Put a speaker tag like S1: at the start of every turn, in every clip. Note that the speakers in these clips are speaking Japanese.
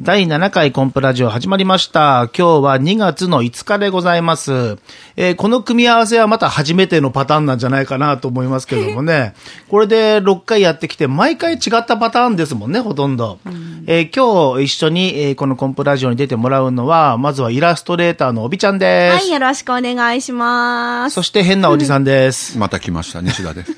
S1: 第7回コンプラジオ始まりました。今日は2月の5日でございます。えー、この組み合わせはまた初めてのパターンなんじゃないかなと思いますけどもね。これで6回やってきて、毎回違ったパターンですもんね、ほとんど。うん、えー、今日一緒に、えー、このコンプラジオに出てもらうのは、まずはイラストレーターのおびちゃんです。
S2: はい、よろしくお願いします。
S1: そして変なおじさんです。
S3: また来ました、西田 です。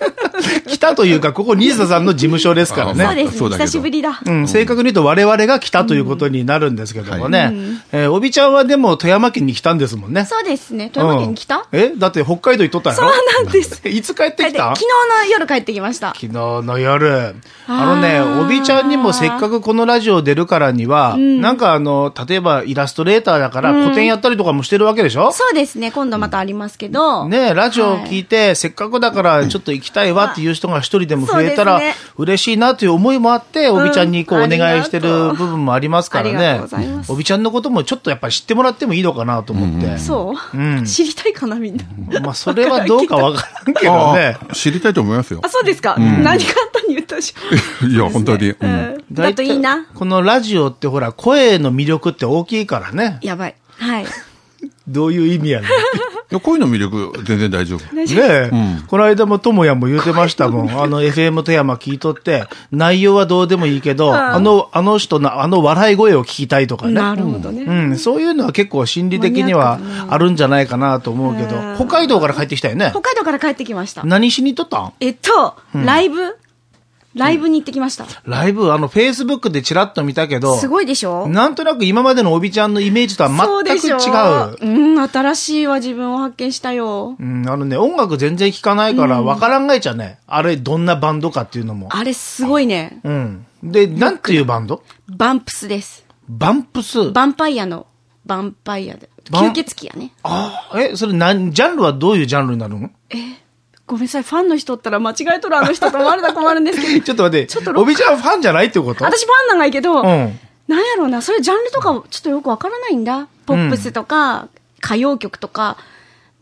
S1: 来たというか、ここ西田さんの事務所ですからね。
S2: そうです、ね、久しぶりだ。
S1: うん、正確に言うと我々が来たということになるんですけどもね。うんはい、えー、おびちゃんはでも富山県に来たんですもんね。
S2: そうですね。富山県に来た、
S1: うん、えだって北海道行っとったや
S2: ろそうなんです。
S1: いつ帰ってきた
S2: 昨日の夜帰ってきました。
S1: 昨日の夜。あのね、おびちゃんにもせっかくこのラジオ出るからには、うん、なんかあの、例えばイラストレーターだから古典やったりとかもしてるわけでしょ、うん、
S2: そうですね。今度またありますけど。
S1: ねラジオ聞いて、はい、せっかくだからちょっと行きたいわっていう人が一人でも増えたら嬉しいなという思いもあって、おびちゃんにこうお願いしてる部分もありますからね。おびちゃんのこともちょっとやっぱり知ってもらってもいいのかなと思って。
S2: うん、そう、うん、知りたいかな、みんな。
S1: まあ、それはどうかわからんけど ね。
S3: 知りたいと思いますよ。
S2: あ、そうですか。うん、何簡単に言ったし。、
S3: いや、本当に。うん
S2: だといいな。
S1: このラジオってほら、声の魅力って大きいからね。
S2: やばい。はい。
S1: どういう意味やねん。
S3: いや、声の魅力、全然大丈夫。
S1: ねえ、うん、この間もともやも言うてましたもん。 あの、FM 富山聞いとって、内容はどうでもいいけど、あの、あの人のあの笑い声を聞きたいとかね。
S2: なるほどね。
S1: うん、そういうのは結構心理的にはあるんじゃないかなと思うけど、北海道から帰ってきたよね。
S2: 北海道から帰ってきました。
S1: 何しにとったん
S2: えっと、ライブ、ライブに行ってきました。
S1: ライブ、あの、フェイスブックでチラッと見たけど。
S2: すごいでしょ
S1: なんとなく今までのおびちゃんのイメージとは全く違
S2: う。う,うん、新しいは自分を発見したよ。
S1: うん、あのね、音楽全然聴かないから、わからんがいちゃね。あれ、どんなバンドかっていうのも。
S2: あれ、すごいね。
S1: うん。で、なんていうバンド
S2: バンプスです。
S1: バンプス
S2: バンパイアの、バンパイアで。吸血鬼やね。
S1: ああ、え、それ、なん、ジャンルはどういうジャンルになるの
S2: えごめんなさい、ファンの人ったら間違えとるあの人と思われたら困るんですけど。
S1: ちょっと待って、ちょっとおびちゃんファンじゃないってこと
S2: 私ファンなんないけど、うん、なんやろうな、そういうジャンルとかちょっとよくわからないんだ。ポップスとか、歌謡曲とか、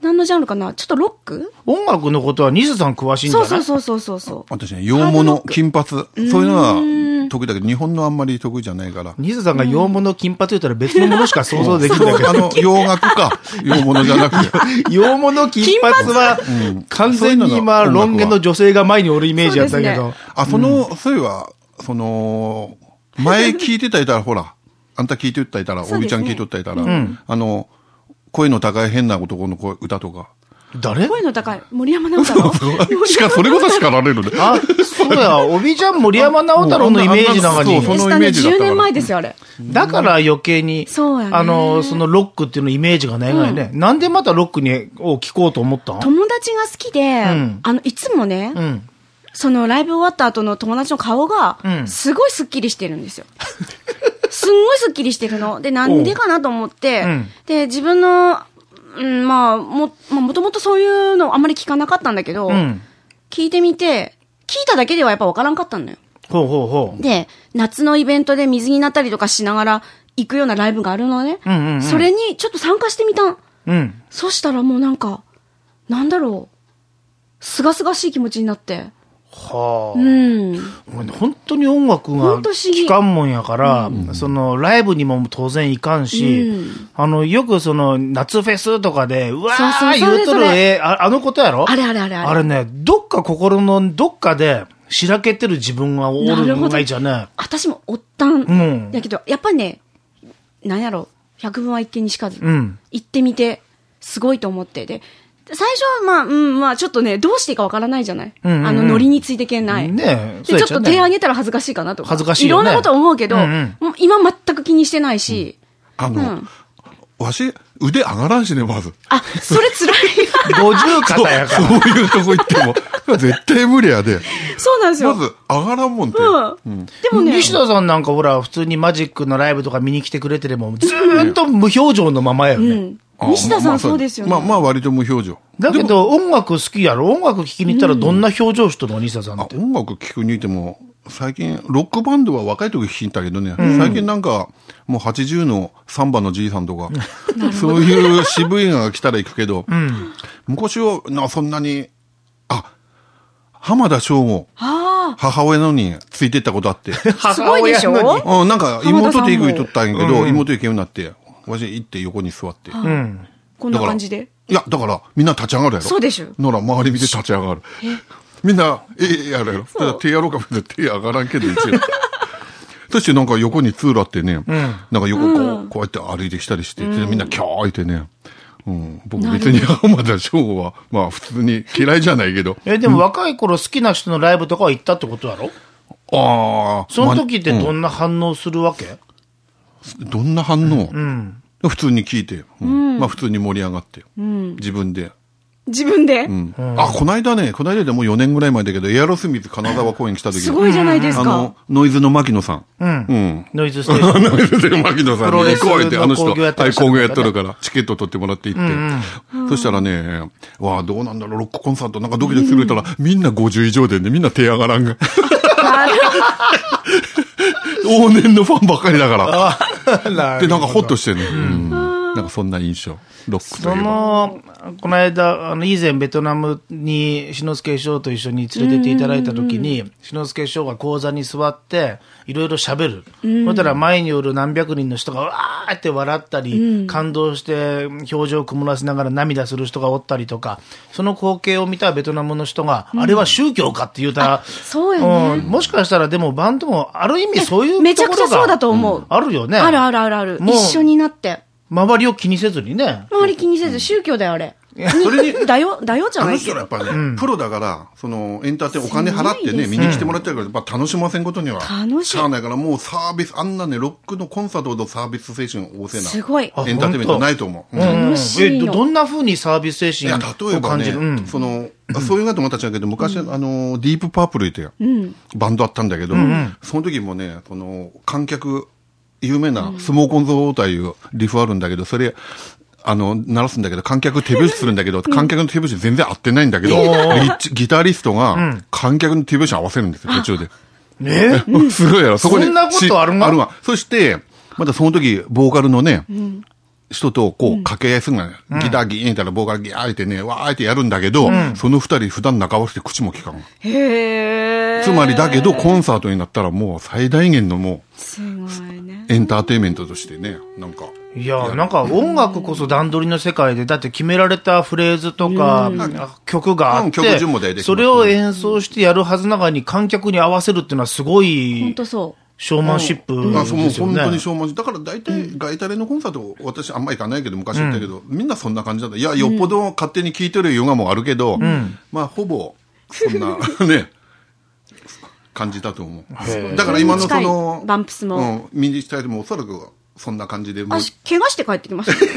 S2: 何のジャンルかなちょっとロック
S1: 音楽のことはニスさん詳しいんじゃない
S2: そうそうそうそうそう。
S3: 私ね、洋物、金髪、そういうのは得意だけど、日本のあんまり得意じゃないから。
S1: ニスさんが洋物、金髪言ったら別のものしか想像できないけど。
S3: あの、洋楽 か。洋物じゃなく
S1: て。洋物、金髪は、完全に今、ロン毛の女性が前におるイメージやったけど。
S3: あ、その、そういえば、その、前聞いてたいたら、ほら、あんた聞いてたいたら、おびちゃん聞いとったいたら、あの、声の高い変な男の声歌と か。
S1: 誰
S2: 声の高い森山直 太
S3: 朗しか、それこそ叱られるね。
S1: あ、そうや、おびちゃん森山直太朗のイメージの中に。
S2: そう、そのイメージだ10年前ですよ、あれ。
S1: だから余計に、
S2: そうや
S1: あの、そのロックっていうのイメージがないがね。なんでまたロックに、を聞こうと思った
S2: 友達が好きで、あの、いつもね、そのライブ終わった後の友達の顔が、すごいスッキリしてるんですよ。 すんごいスッキリしてるの。で、なんでかなと思って、うん、で、自分の、うん、まあ、も、まあ、もともとそういうのあんまり聞かなかったんだけど、うん、聞いてみて、聞いただけではやっぱわからんかったんだよ。
S1: ほうほうほ
S2: う。で、夏のイベントで水になったりとかしながら行くようなライブがあるのね。それにちょっと参加してみたん。
S1: うん、
S2: そしたらもうなんか、なんだろう、すがすがしい気持ちになって。
S1: は
S2: あ。うん。
S1: 本当に音楽が聞かんもんやから、うん、その、ライブにも当然いかんし、うん、あの、よくその、夏フェスとかで、うわー言うとる絵、ああのことやろ
S2: あれあれあれ
S1: あれ。あれね、どっか心の、どっかで、しらけてる自分がおるのがいいじゃね。
S2: 私もおったん。うん。やけど、やっぱね、なんやろ、百分は一見にしかず。うん。行ってみて、すごいと思って。で、最初はまあ、うん、まあちょっとね、どうしていいかわからないじゃない、あの、ノリについていけない。
S1: ね
S2: で、ちょっと手上げたら恥ずかしいかなとか。
S1: 恥ずかしい、ね、
S2: いろんなこと思うけど、うんうん、今全く気にしてないし。
S3: あの、うん、わし、腕上がらんしね、まず。
S2: あ、それ辛い。
S1: 50肩 やから
S3: そ。そういうとこ行っても。絶対無理やで。
S2: そうなんですよ。
S3: まず、上がらんもんって。
S2: うん。でもね。
S1: 西田さんなんかほら、普通にマジックのライブとか見に来てくれてれば、ずーっと無表情のままやよね。うん
S2: 西田さんそうですよね。
S3: まあまあ割と無表情。
S1: だけど音楽好きやろ音楽聴きに行ったらどんな表情しとるの、西田さんって。
S3: 音楽聴きに行っても、最近、ロックバンドは若い時聴いたけどね、最近なんか、もう80のサンバのじいさんとか、そういう渋いのが来たら行くけど、昔はなそんなに、あ、浜田省吾。
S2: ああ。あ
S3: 母親のについてったことあ って。
S2: すごいでしょ
S1: 母親のに
S3: うん、なんか、
S2: 浜田さん
S3: 妹
S2: も
S3: と行く言っとったんやけど、妹行けようになって、わし行って横に座って。
S1: うん。
S2: こんな感じで。
S3: いや、だから、みんな立ち上がるやろ。
S2: そうでしょ
S3: なら、周り見て立ち上がる。みんな、ええ、やるやろ。
S2: う
S3: ただ手やろうかみんな手上がらんけど、一応。 そしてなんか横に通路あってね、なんか横こう、こうやって歩いてきたりして、でみんなキャーいてね、うん、僕別に浜田翔は、まあ普通に嫌いじゃないけど、
S1: え、でも若い頃好きな人のライブとかは行ったってことだろ
S3: ああ、
S1: その時って
S3: まあ
S1: どんな反応するわけ、
S3: うんどんな反応、普通に聞いて、うんまあ普通に盛り上がって、自分で。
S2: 自分で
S3: う。んあ、こないだね、こないだでもう4年ぐらい前だけど、エアロスミス金沢公演来た時
S2: すごいじゃないです
S3: あ
S2: か
S3: の。、ノイズの牧野さん。
S1: うん
S3: うん。
S1: ノイズステーション。
S3: ノイズの牧野さん
S1: プロレ
S3: に
S1: ス
S3: 行こうって、あの人、
S1: の興行やって
S3: は
S1: らっ
S3: い、
S1: しゃる方
S3: 工
S1: ね
S3: 業やってるから、チケット取ってもらって行って。そしたらね、わあ、どうなんだろう、ロックコンサートなんかドキドキする言うたら、みんな50以上でね、みんな手上がらんが。 往年のファンばっかりだから。
S1: な
S3: で、なんかホッとしてね。うんなんかそんな印象。ロック
S1: そ
S3: といえば。
S1: の、この間、あの、以前ベトナムに、志の輔師匠と一緒に連れてっていただいた時に、志の輔師匠が講座に座って、いろいろ喋る。そしたら前による何百人の人が、わーって笑ったり、感動して、表情を曇らせながら涙する人がおったりとか、その光景を見たベトナムの人が、あれは宗教かって言うたら、
S2: そうよね
S1: んもしかしたらでもバンドも、ある意味そういう
S2: めちゃくちゃそうだと思う。
S1: あるよね。
S2: あるあるあるある。
S1: もう
S2: 一緒になって。
S1: 周りを気にせずにね。
S2: 周り気にせず、宗教だよ、あれ。
S3: それに、
S2: だよ、だよじゃ
S3: あ
S2: な
S3: の
S2: いけ
S3: 人らやっ
S2: ど。
S3: ぱね、プロだから、その、エンターテインお金払ってね、見に来てもらってるから、やっぱ楽しませんことには。
S2: 楽しい
S3: しゃあないから、もうサービス、あんなね、ロックのコンサートほどサービス精神旺盛な。
S2: すごい。
S1: あ
S3: エンターテインメントないと思う。うん
S1: うん
S2: 楽しい
S1: えど
S2: の。
S1: どんな風にサービス精
S3: いや、
S1: 神
S3: 例え
S1: を
S3: ば
S1: 感
S3: ね、
S1: じる、うん
S3: その、そういうかと思ったちゃうけど、昔、あの、ディープパープルいてよ、バンドあったんだけど、その時もね、その、観客、有名な、スモーコンゾーというリフあるんだけど、それ、あの、鳴らすんだけど、観客手拍子するんだけど、観客の手拍子全然合ってないんだけど、ギギタリストが、観客の手拍子合わせるんですよ、途中で。
S1: ね
S3: すごいやろ、そこに。
S1: そんなことあるが
S3: しあるわ。そして、またその時、ボーカルのね、人とこう掛け合いするのね、ギターギーンいたらボーカルギーンってね、わーってやるんだけど、その二人普段仲合わせて口も聞かん。
S2: へー
S3: つまりだけど、コンサートになったらもう最大限のも
S2: すごいね。
S3: う、エンターテインメントとしてね、なんか。
S1: いやなんか音楽こそ段取りの世界でだって決められたフレーズとか、あ曲があって、
S3: うん曲順も大体決まってる
S1: それを演奏してやるはずながらに観客に合わせるっていうのはすご
S2: ほん
S1: い
S2: とそ
S1: ショーマンシップ
S3: あそうも
S1: で
S3: う
S1: すよ
S3: 本
S1: ね
S3: 当にしょうもないだから大体、ガイタレのコンサート、私、あんま行かないけど、昔行ったけど、みんなそんな感じだった。いや、よっぽど勝手に聴いてるヨガもあるけど、まあ、ほぼ、そんな、 ね、感じだと思う。だから今のそ
S2: 近
S3: の、
S2: いバンプスも
S3: うん、ミニスタイルもおそらく、そんな感じで、
S2: う。
S3: もう
S2: あ、怪我して帰ってきました。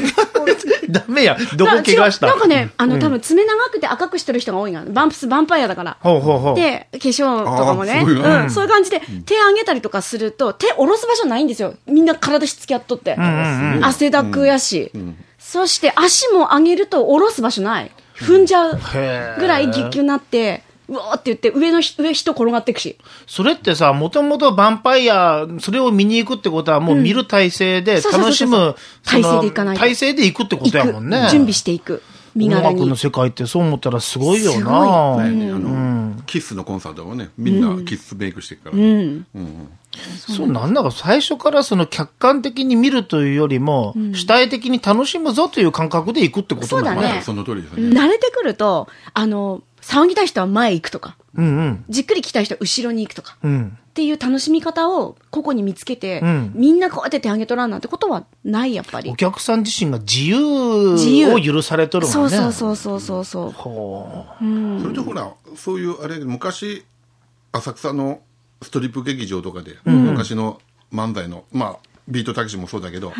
S1: ダメやどこ怪我した
S2: なんかね、あの、多分爪長くて赤くしてる人が多いが、バンプス、バンパイアだから。
S1: ほうほうほう
S2: で、化粧とかも
S3: あ
S2: ね、
S3: ーそういうの
S2: うん、そういう感じで、手上げたりとかすると、手下ろす場所ないんですよ。みんな体しつき合っとって。汗だくやし。そして、足も上げると下ろす場所ない。踏んじゃう
S1: へー
S2: ぐらいぎゅっぎゅになって、うわーって言って、上の人、上人転がってくし。
S1: それってさもともとヴァンパイアそれを見に行くってことはもう見る体制で
S2: そうそうそう
S1: 楽
S2: そ
S1: し
S2: う
S1: むその
S2: 体制で行かないと
S1: 体制で行くってこ
S2: 行
S1: とや
S2: く
S1: もんね。
S2: 準備していく。身
S1: 音
S2: 軽
S1: 楽の
S2: に。
S1: 世界ってそう思ったらすごいよ
S2: す
S1: な
S2: ごい
S3: ねあのキスのコンサートもね、みんなキスメイクしてるから、
S1: そうなんだか最初からその客観的に見るというよりも、主体的に楽しむぞという感覚で行くってことなの
S2: そうだね
S3: まあその通りですね。
S2: 慣れてくると、あの、騒ぎたい人は前行くとか、
S1: うんうん。
S2: じっくり来たい人は後ろに行くとか。
S1: うん。
S2: っていう楽しみ方を個々に見つけて、
S1: うん
S2: みんなこうやって手上げとらんなんてことはないやっぱり
S1: お客さん自身が自
S2: 自
S1: 由
S2: 由
S1: を許されとる
S2: そ
S1: もん
S2: う
S1: ね。
S2: そうそうそうそうそう
S1: ほう
S3: それとほら、そういうあれ、昔、浅草のストリップ劇場とかで、昔の漫才の、まあ、ビートたけしもそうだけど、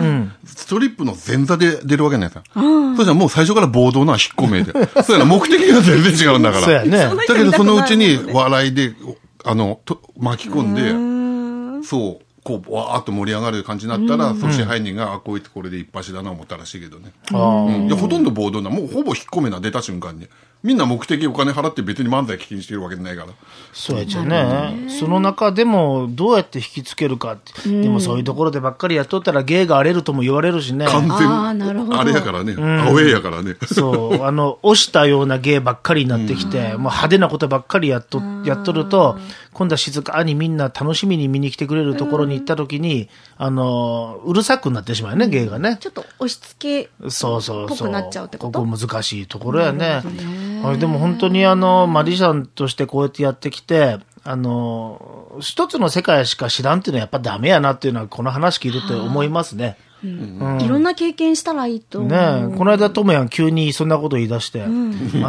S3: ストリップの前座で出るわけないですよ。そしたらもう最初から暴動な引っ 込めで。そうやな、目的が全然違うんだか
S1: そうや
S3: ら。
S1: ね。
S3: だけどそのうちに笑いで、あの、と巻き込んで、そう、こう、わーっと盛り上がる感じになったら、その支配人が、あ、こいつこれで一発だな思ったらしいけどね。
S1: あー
S3: いや、ほとんど暴動な、もうほぼ引っ込めな、出た瞬間に。みんな目的お金払って別に漫才聞きにしてるわけじゃないから。
S1: そうやじゃねその中でもどうやって引きつけるかって、でもそういうところでばっかりやっとったら芸が荒れるとも言われるしね
S3: 完
S2: あーなるほ
S3: 全、
S2: ど
S3: あれやからね。アウェーやからね。
S1: そう、あの、押したような芸ばっかりになってきて、もう派手なことばっかりやっと、やっとると、今度は静かにみんな楽しみに見に来てくれるところに行った時に、あの、うるさくなってしまうよね、芸がね。
S2: ちょっと押し付け
S1: そうそうそう。
S2: ぽくなっちゃうってこと
S1: ここ難しいところやね。あれでも本当にあの、マリシャンとしてこうやってやってきて、あの、一つの世界しか知らんっていうのはやっぱダメやなっていうのはこの話聞いてて思いますね。
S2: いろんな経験したらいいと思う。
S1: ねえ、この間、トムヤン急にそんなこと言い出して、あ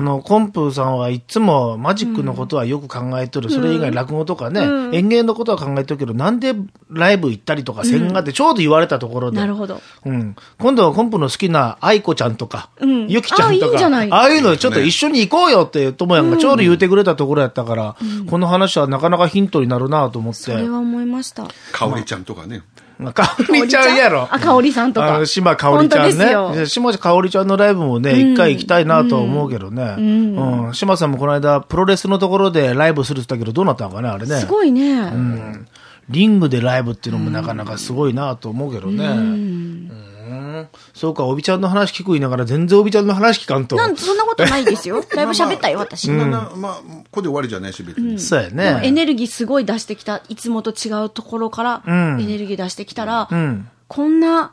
S1: の、コンプーさんはいつもマジックのことはよく考えとる。それ以外落語とかね、演芸のことは考えとるけど、なんでライブ行ったりとかせんがってちょうど言われたところで。
S2: なるほど。
S1: うん。今度はコンプの好きな愛子ちゃんとか、
S2: ん
S1: ゆきちゃんとか、
S2: あいいんじゃない
S1: ああいうのちょっと一緒に行こうよって、ともやんがちょうど言うてくれたところやったから、この話はなかなかヒントになるなと思って。
S2: それは思いました。
S3: かおりちゃんとかね。
S1: まあ、かおりちゃんやろ。
S2: あ、かおりさんと
S1: あ
S2: か。
S1: の島かおりちゃん
S2: 本当
S1: ね。
S2: ですよ。
S1: 島かおりちゃんのライブもね、一、回行きたいなとは思うけどね。うん。島さんもこの間、プロレスのところでライブするって言ったけど、どうなったのかね、あれね。
S2: すごいね。
S1: うんリングでライブっていうのもなかなかすごいなと思うけどね。うんそうか、おびちゃんの話聞く言いながら、全然おびちゃんの話聞かんと。
S2: なんそんなことないで すよ。だいぶ喋ったよ、私。
S3: そんなな、まあ、ここで終わりじゃないし、別に。
S1: そうや
S2: でもエ
S1: ね。
S2: ネルギーすごい出してきた。いつもと違うところから、
S1: ん
S2: エネルギー出してきたら、
S1: うん。
S2: こんな、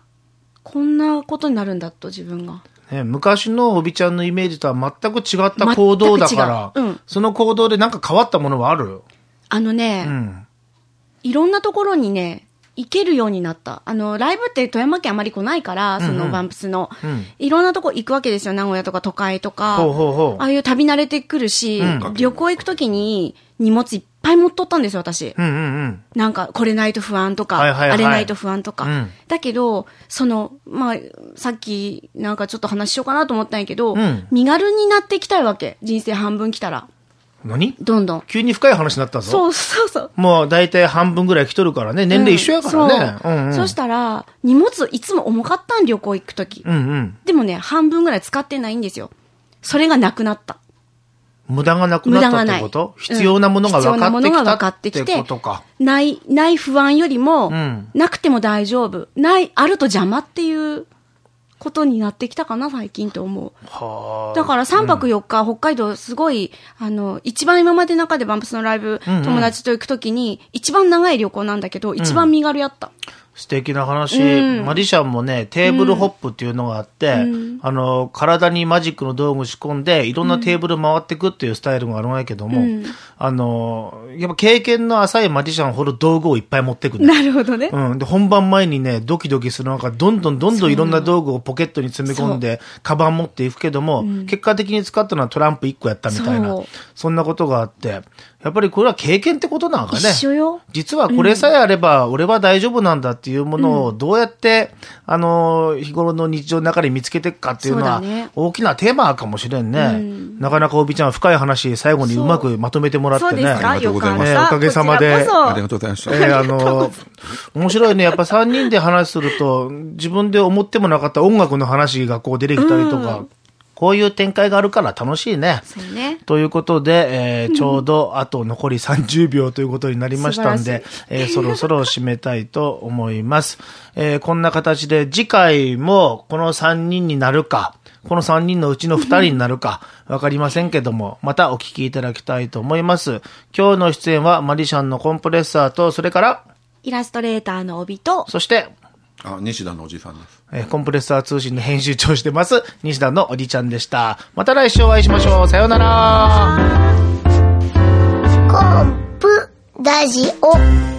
S2: こんなことになるんだと、自分が。
S1: ね、昔のおびちゃんのイメージとは全く違った行動だから、
S2: 全く違ううん
S1: その行動でなんか変わったものはある
S2: あのね、
S1: うん。
S2: いろんなところにね、行けるようになった。あの、ライブって富山県あまり来ないから、そのバンプスの、
S1: ん
S2: いろんなとこ行くわけですよ。名古屋とか都会とか。
S1: ほうほうほう
S2: ああいう旅慣れてくるし、
S1: うん
S2: 旅行行くときに荷物いっぱい持っとったんですよ、私。
S1: うんうんうん。
S2: なんか、これないと不安とか、
S1: はいはいはい
S2: あれないと不安とか。
S1: うん
S2: だけど、その、まあ、さっき、なんかちょっと話しようかなと思ったんやけど、
S1: うん
S2: 身軽になってきたいわけ。人生半分来たら。
S1: 何
S2: どんどん。
S1: 急に深い話になったぞ。
S2: そうそうそう。
S1: もう大体半分ぐらい来とるからね。年齢一緒やからね。
S2: そう
S1: うん、うん、
S2: そしたら、荷物いつも重かったん、旅行行くとき。
S1: うんうん。
S2: でもね、半分ぐらい使ってないんですよ。それがなくなった。
S1: 無駄がなくなったってこと
S2: 無駄がない
S1: 必要なものが分か
S2: うん必要なものが分か
S1: っ
S2: ってて
S1: きた
S2: き
S1: っててことか。
S2: ない、ない不安よりも、
S1: うん
S2: なくても大丈夫。ない、あると邪魔っていうことになってきたかな、最近と思う。
S1: はあ。
S2: だから3泊4日、北海道すごい、あの、一番今までの中でバンプスのライブ、
S1: んうん
S2: 友達と行くときに、一番長い旅行なんだけど、一番身軽やった。
S1: 素敵な話、
S2: うん
S1: マリシャンもね、テーブルホップっていうのがあって、あの、体にマジックの道具仕込んで、いろんなテーブル回ってくっていうスタイルがあるんやけども、
S2: うん
S1: あの、やっぱ経験の浅いマジシャンほど道具をいっぱい持ってくね。
S2: なるほどね。
S1: うん。で、本番前にね、ドキドキする中、どんどんどんどんいろんな道具をポケットに詰め込んで、カバン持っていくけども、結果的に使ったのはトランプ1個やったみたいな
S2: そう、
S1: そんなことがあって、やっぱりこれは経験ってことなんかね。
S2: 一緒よ。
S1: 実はこれさえあれば、俺は大丈夫なんだっていうものをどうやって、あの、日頃の日常の中で見つけていくかっていうのは
S2: そうだね、
S1: 大きなテーマかもしれんね。
S2: うん
S1: なかなかおびちゃん深い話、最後にうまくまとめてもらって
S2: そう
S1: ね。
S2: ですか、
S3: ありがと
S2: よ
S3: うご
S2: か
S3: ざい
S2: っ
S3: ま
S1: した
S2: た。
S1: おかげさまで
S2: こちらこそ
S3: ありがとうございました。
S1: ええあの、面白いね。やっぱ3人で話すると、自分で思ってもなかった音楽の話がこう出てきたりとか、こういう展開があるから楽しいね。
S2: そうね。
S1: ということで、えーちょうどあと残り30秒ということになりましたん
S2: 素晴
S1: で、えーそろそろ締めたいと思います。えーこんな形で次回もこの3人になるか、この3人のうちの2人になるか、わかりませんけども、またお聞きいただきたいと思います。今日の出演はマリシャンのコンプレッサーと、それから、
S2: イラストレーターの帯と、
S1: そして、
S3: あ、西田のおじさんです。
S1: えーコンプレッサー通信の編集長をしてます、西田のおじちゃんでした。また来週お会いしましょう。さようなら。
S4: コンプラジオ